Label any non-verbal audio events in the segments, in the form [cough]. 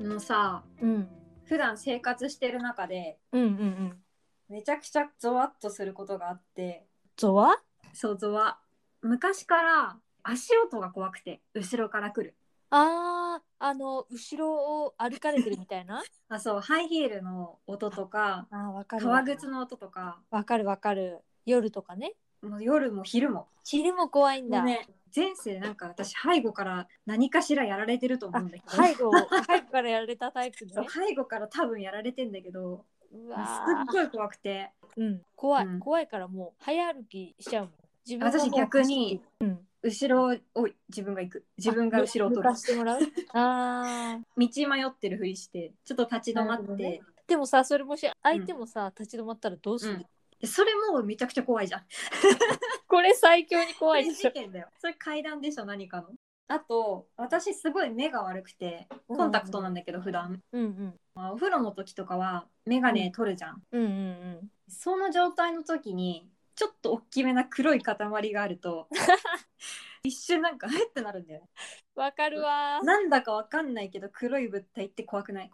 のさうん普段生活してる中でうんうんうんめちゃくちゃゾワッとすることがあってゾワそうゾワ昔から足音が怖くて後ろから来るあーあの後ろを歩かれてるみたいなあそうハイヒールの音とか [laughs] あーわかるわ革靴の音とかわかるわかる夜とかねもう夜も昼も昼も怖いんもだ、うね前世なんか私背後から何かしらやられてると思うんだけど背後を背後からやられたタイプそうね背後から多分やられてんだけどうすわっごい怖くてーうん怖い、うん怖いからもう早歩きしちゃうもん自分が私もう逆に走ってうん、後ろを自分が行く自分が後ろを取る抜かし [laughs] てもらうあー道迷ってるふりしてちょっと立ち止まなっるほて、どねでもさそれもし相手もさ、立ち止まったらどうすうる、んでそれもめちゃくちゃ怖いじゃん。これ最強に怖いでし事ょ件だよ。それ階段でしょ何かの。あと私すごい目が悪くてコンタクトなんだけど普段、うんうんまあ、お風呂の時とかは眼鏡取るじゃん。うんうんその状態の時にちょっと大きめな黒い塊がある [laughs] と一瞬なんかえってなるんだよね。うんわかるわーなんだかわかんないけど黒い物体って怖くない。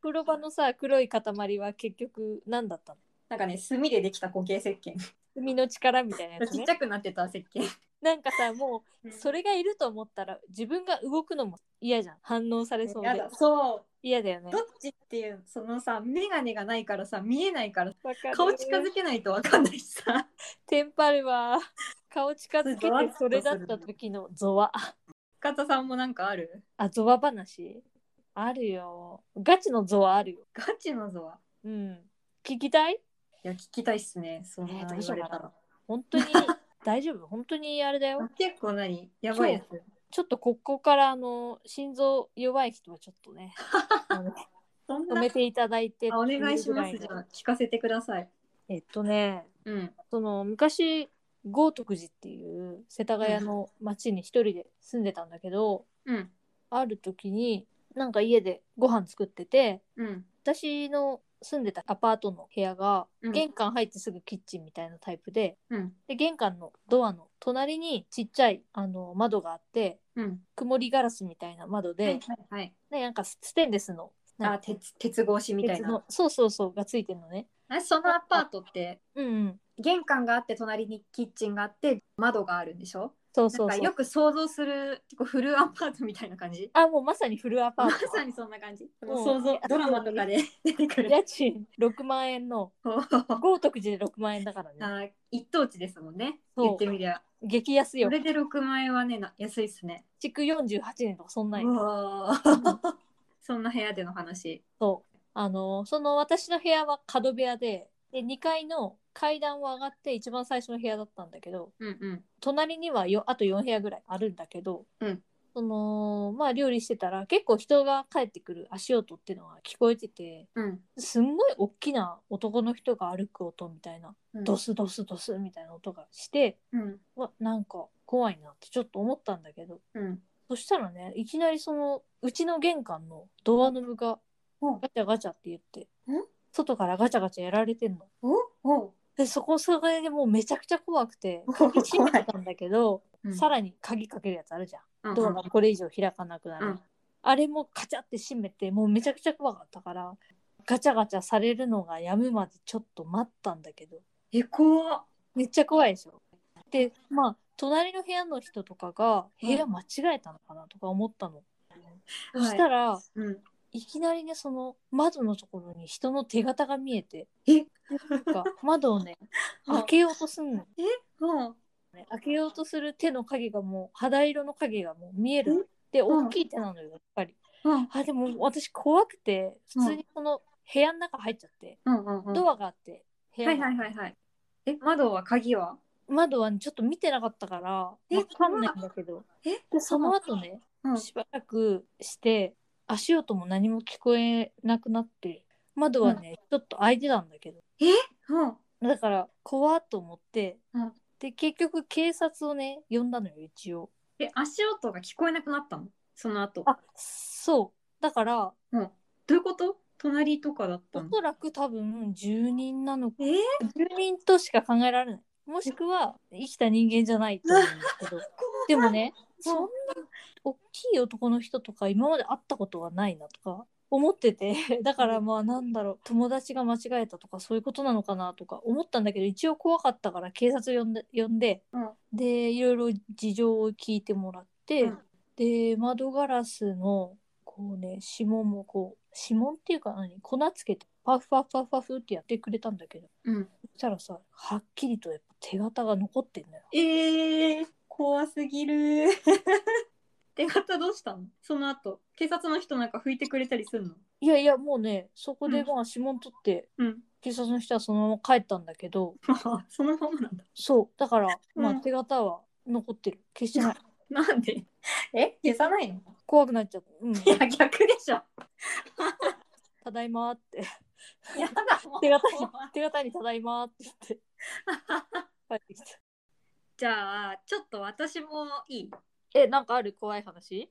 風呂場のさ黒い塊は結局何だったのなんかね炭でできた固形石鹸海の力みたいなやつちっねちゃくなってた石鹸なんかさもうそれれがいると思ったら自分が動くのも嫌じゃん反応されそうやでだそう嫌だよねどっちっていうそのさ眼鏡がないからさ見えないからわかる顔近づけないとわかんないしさ [laughs] テンパるわ顔近づけゾワッてとすそるれだった時のゾワ深田さんもなんかあるあゾワ話あるよガチのゾワあるよガチのぞはうん聞きたいいや聞きたいっすねそんなえーどう言しよわうれかなたら、[laughs] 本当に大丈夫本当にあれだよ結構何やばいやつちょっとここからあの心臓弱い人はちょっとねあのそん止なめていただいてあお願いしまってすじうぐらゃのあ聞かせてくださいえっとねうんその昔豪徳寺っていう世田谷の町に一人で住んでたんだけど、うんある時になんか家でご飯作っててうん私の住んでたアパートの部屋がうん玄関入ってすぐキッチンみたいなタイプで,、うんで玄関のドアの隣にちっちゃいあの窓があってうん曇りガラスみたいな窓で、はいはいはいでなんかスステンレスのなんあか鉄鉄格子みたい鉄なのそうそうそうがついてるのね。あそのアパートってうんうん、玄関があって隣にキッチンがあって窓があるんでしょそうそうなんそかよう。く想像する結構フルアパートみたいな感じあもうまさにフルアパーまト。さにそんな感じ。もう想像あドラマと [laughs] かで出てくる。家賃6万円の [laughs] こう豪徳寺で6万円だからねあ一等地ですもんね。そう言ってみりゃ。激安こよれで6万円はね、な安いっすね。築48年とかそんなんうよわー [laughs] そんな部屋での話。そうあのその私の部屋は角部屋でで2階の階段を上がって一番最初の部屋だったんだけどうんうん。隣にはよあと4部屋ぐらいあるんだけど、うんそのまあ料理してたら結構人が帰ってくる足音っていうのが聞こえててうんすんごい大きな男の人が歩く音みたいなうん。ドスドスドスみたいな音がしてうんうわなんか怖いなってちょっと思ったんだけどうん。そしたらね、いきなりその、うちの玄関のドアノブがうんガチャガチャって言ってうん、外からガチャガチャやられてんの。おおで、そこ、それでもうめちゃくちゃ怖く [laughs] て、お鍵閉めて怖いたんだけど、うんさらに鍵かけるやつあるじゃうんん。ドアがこれ以上開かなくなうるん。あれもカチャって閉めて、もうめちゃくちゃ怖かったから、ガチャガチャされるのがやむまでちょっと待ったんだけど、え、怖っめっちゃ怖いでしょ。で、まあ、隣の部屋の人とかが、部屋間違えたのかなとか思ったの。そしたはいら、うん。いきなりねその窓のところに人の手形が見えてえなんか窓をね [laughs] うん開けようとすんの、もね、開けようとする手の影がもう肌色の影がもう見えうんるでん大きい手なのよやっぱりう。うん。あでも私怖くて普通にこの部屋の中入っちゃってうんうんうん。ドアがあって部は屋いのはいはいはい。え、窓は鍵は窓はねちょっと見てなかったからわえかんないんだけどえでその後ねうん。しばらくして足音も何も聞こえなくなって窓はね、ちょっと開いてたんだけどうん。だから怖っと思って、うんで結局警察をね呼んだのよ一応え、足音が聞こえなくなったのその後。あそうだからうん。どういうこと隣とかだっおたのそらく多分住人なのかえー住人としか考えられないもしくは生きた人間じゃないと思うんですけどで [laughs] もねそんな大きい男の人とか今まで会ったことがないなとか思ってて [laughs] だからまあなんだろう友達が間違えたとかそういうことなのかなとか思ったんだけど一応怖かったから警察呼んで呼んで、うんでいろいろ事情を聞いてもらって、うんで窓ガラスのこうね指紋もこう指紋っていうか何粉つけてパフパフパフパフってやってくれたんだけどうん、そしたらさはっきりとやっぱ手形が残ってんだよ。えー、怖すぎ [laughs] る手形どうしたのその後警察の人なんか拭いてくれたりするのいやいやもうねそこでうんまあ指紋取って、うん警察の人はそのまま帰ったんだけど、あそのままなんだそうだから、まあうん手形は残ってる消してないなんでえ消さないの怖くなっちゃった、うん、いや逆でしょただいまー [laughs] ってやだもう手形に手形にただいまーって言って帰ってきた [laughs] じゃあちょっと私もいいえなんかある怖い話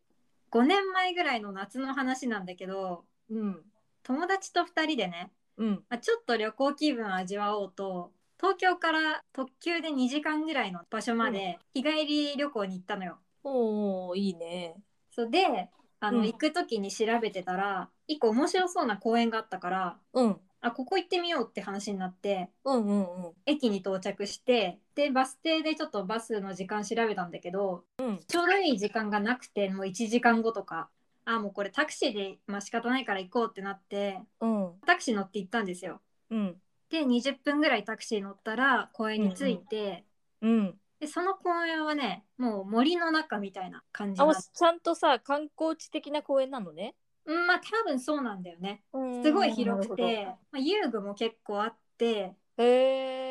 5年前ぐらいの夏の話なんだけどうん友達と2人でね、うんまあ、ちょっと旅行気分味わおうと東京から特急で2時間ぐらいの場所まで日帰り旅行に行ったのよ。おおいいねそうであの、うん行く時に調べてたら1個面白そうな公園があったからうんあここ行ってみようって話になってうんうんうん駅に到着してでバス停でちょっとバスの時間調べたんだけど、うんちょうどいい時間がなくてもう1時間後とかあもうこれタクシーで、まあ仕方ないから行こうってなってうんタクシー乗って行ったんですよ。うんで20分ぐらいタクシー乗ったら公園に着いて、うんでその公園はねもう森の中みたいな感じあなもうちゃんとさ観光地的な公園なのねうんまあ多分そうなんだよね。すすごい広くて、まあ、遊具も結構あってへ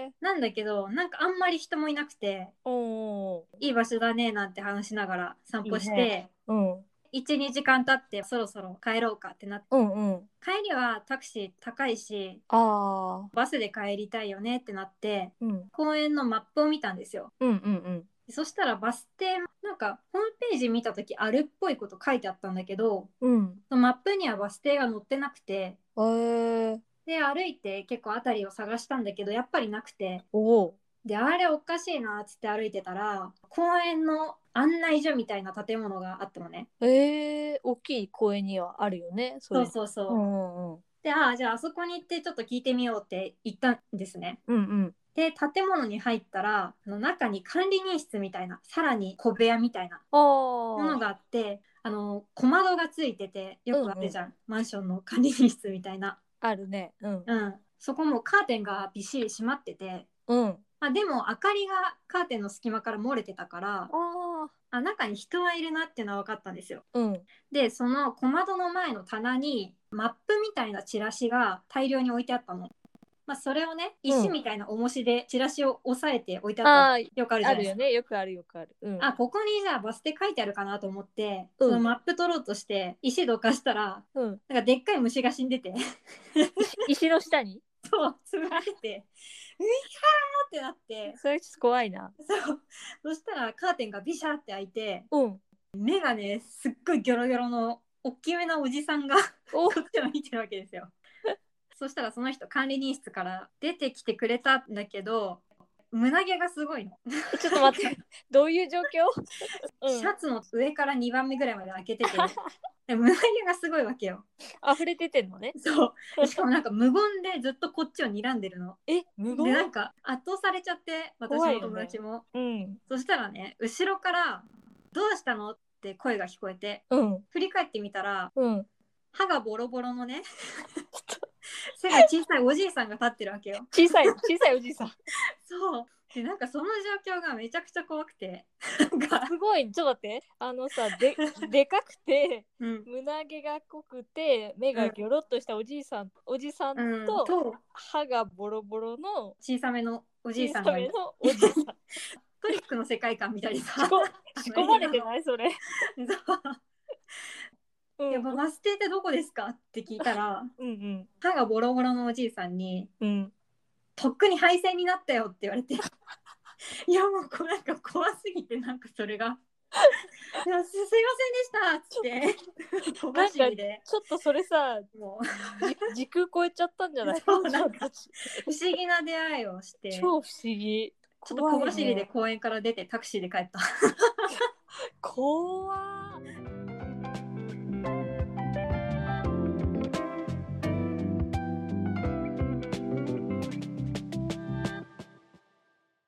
えなんだけどなんかあんまり人もいなくておーいい場所だねなんて話しながら散歩して。いいねうん12時間経ってそろそろ帰ろうかってなってうんうん帰りはタクシー高いしああバスで帰りたいよねってなってうん公園のマップを見たんですようんうんうんそしたらバス停なんかホームページ見た時あるっぽいこと書いてあったんだけどうんそのマップにはバス停が載ってなくてへえで歩いて結構辺りを探したんだけどやっぱりなくておおであれおかしいなっつって歩いてたら公園の案内所みたいな建物があったのねええ大きい公園にはあるよね。そそうれそうそう、うんうんうんでああじゃああそこに行ってちょっと聞いてみようって言ったんですねうんで建物に入ったらあの中に管理人室みたいなさらに小部屋みたいなもうん。のああ。があってあの小窓がついててよくあるじゃん、マンションの管理人室みたいな、あるね。うん。うん、そこもカーテンがびっしり閉まってて、うん。あまあ、でも明かりがカーテンの隙間から漏れてたからあ。あ中に人はいるなっていうのは分かったんですようん。でその小窓の前の棚にマップみたいなチラシが大量に置いてあったの。まあ、それをね石みたいな重しでチラシを押さえて置いてあったのああ。よくあるじゃあないでるすよか。ね。よくあるよくある。うん。あここにじゃあバス停書いてあるかなと思って、うんそのマップ取ろうとして石どかしたらうん。なんかでっかい虫が死んでて [laughs] 石の下に。そうつぶられて「ういやー!」ってなってそれちょっと怖いな。そうそしたらカーテンがビシャって開いてうん。目がねすっごいギョロギョロの大きめなおじさんがお [laughs] こっちを見てるわけですよ。そしたらその人管理人室から出てきてくれたんだけど胸毛がすごいの、ちょっと待って。 [laughs] どういう状況。うシャん。ツの上から2番目ぐらいまで開け [laughs] ててで胸毛がすごいわけよ溢れ出てんのね。そうしかもなんか無言でずっとこっちを睨んでるのえ、無でなん言。か圧倒されちゃって私怖いもよね友達も、うん。そしたらね後ろから「どうしたの?」って声が聞こえてうん。振り返ってみたらうん。歯がボロボロのね [laughs] 背が小さいおじいさんが立ってるわけよ小さい、小さいおじいさん。そうでなんかその状況がめちゃくちゃ怖くてなんか、すごい、ちょっと待って。あのさ、 [laughs] で、でかくて。うん胸毛が濃くて目がギョロっとしたおじいさん、おじさんと、うん、と歯がボロボロの小さめのおおじいさんがいめるのおじいさん [laughs] トリックの世界観みたいにさ仕込の仕込まれてないそれ、 [laughs] そううん、いやバス停ってどこですか?」って聞いたらうんうん歯がボロボロのおじいさんにうんとっくに廃線になったよって言われていやもうこうなんか怖すぎてなんかそれが「いやすすいませんでした」っつって [laughs] 小走りでちょっとそれさもじ時空超えちゃったんじゃな [laughs] いそうなんかう不思議な出会いをしてちょっ [laughs] 超不思議と小走りで公園から出てタクシーで帰った怖い,、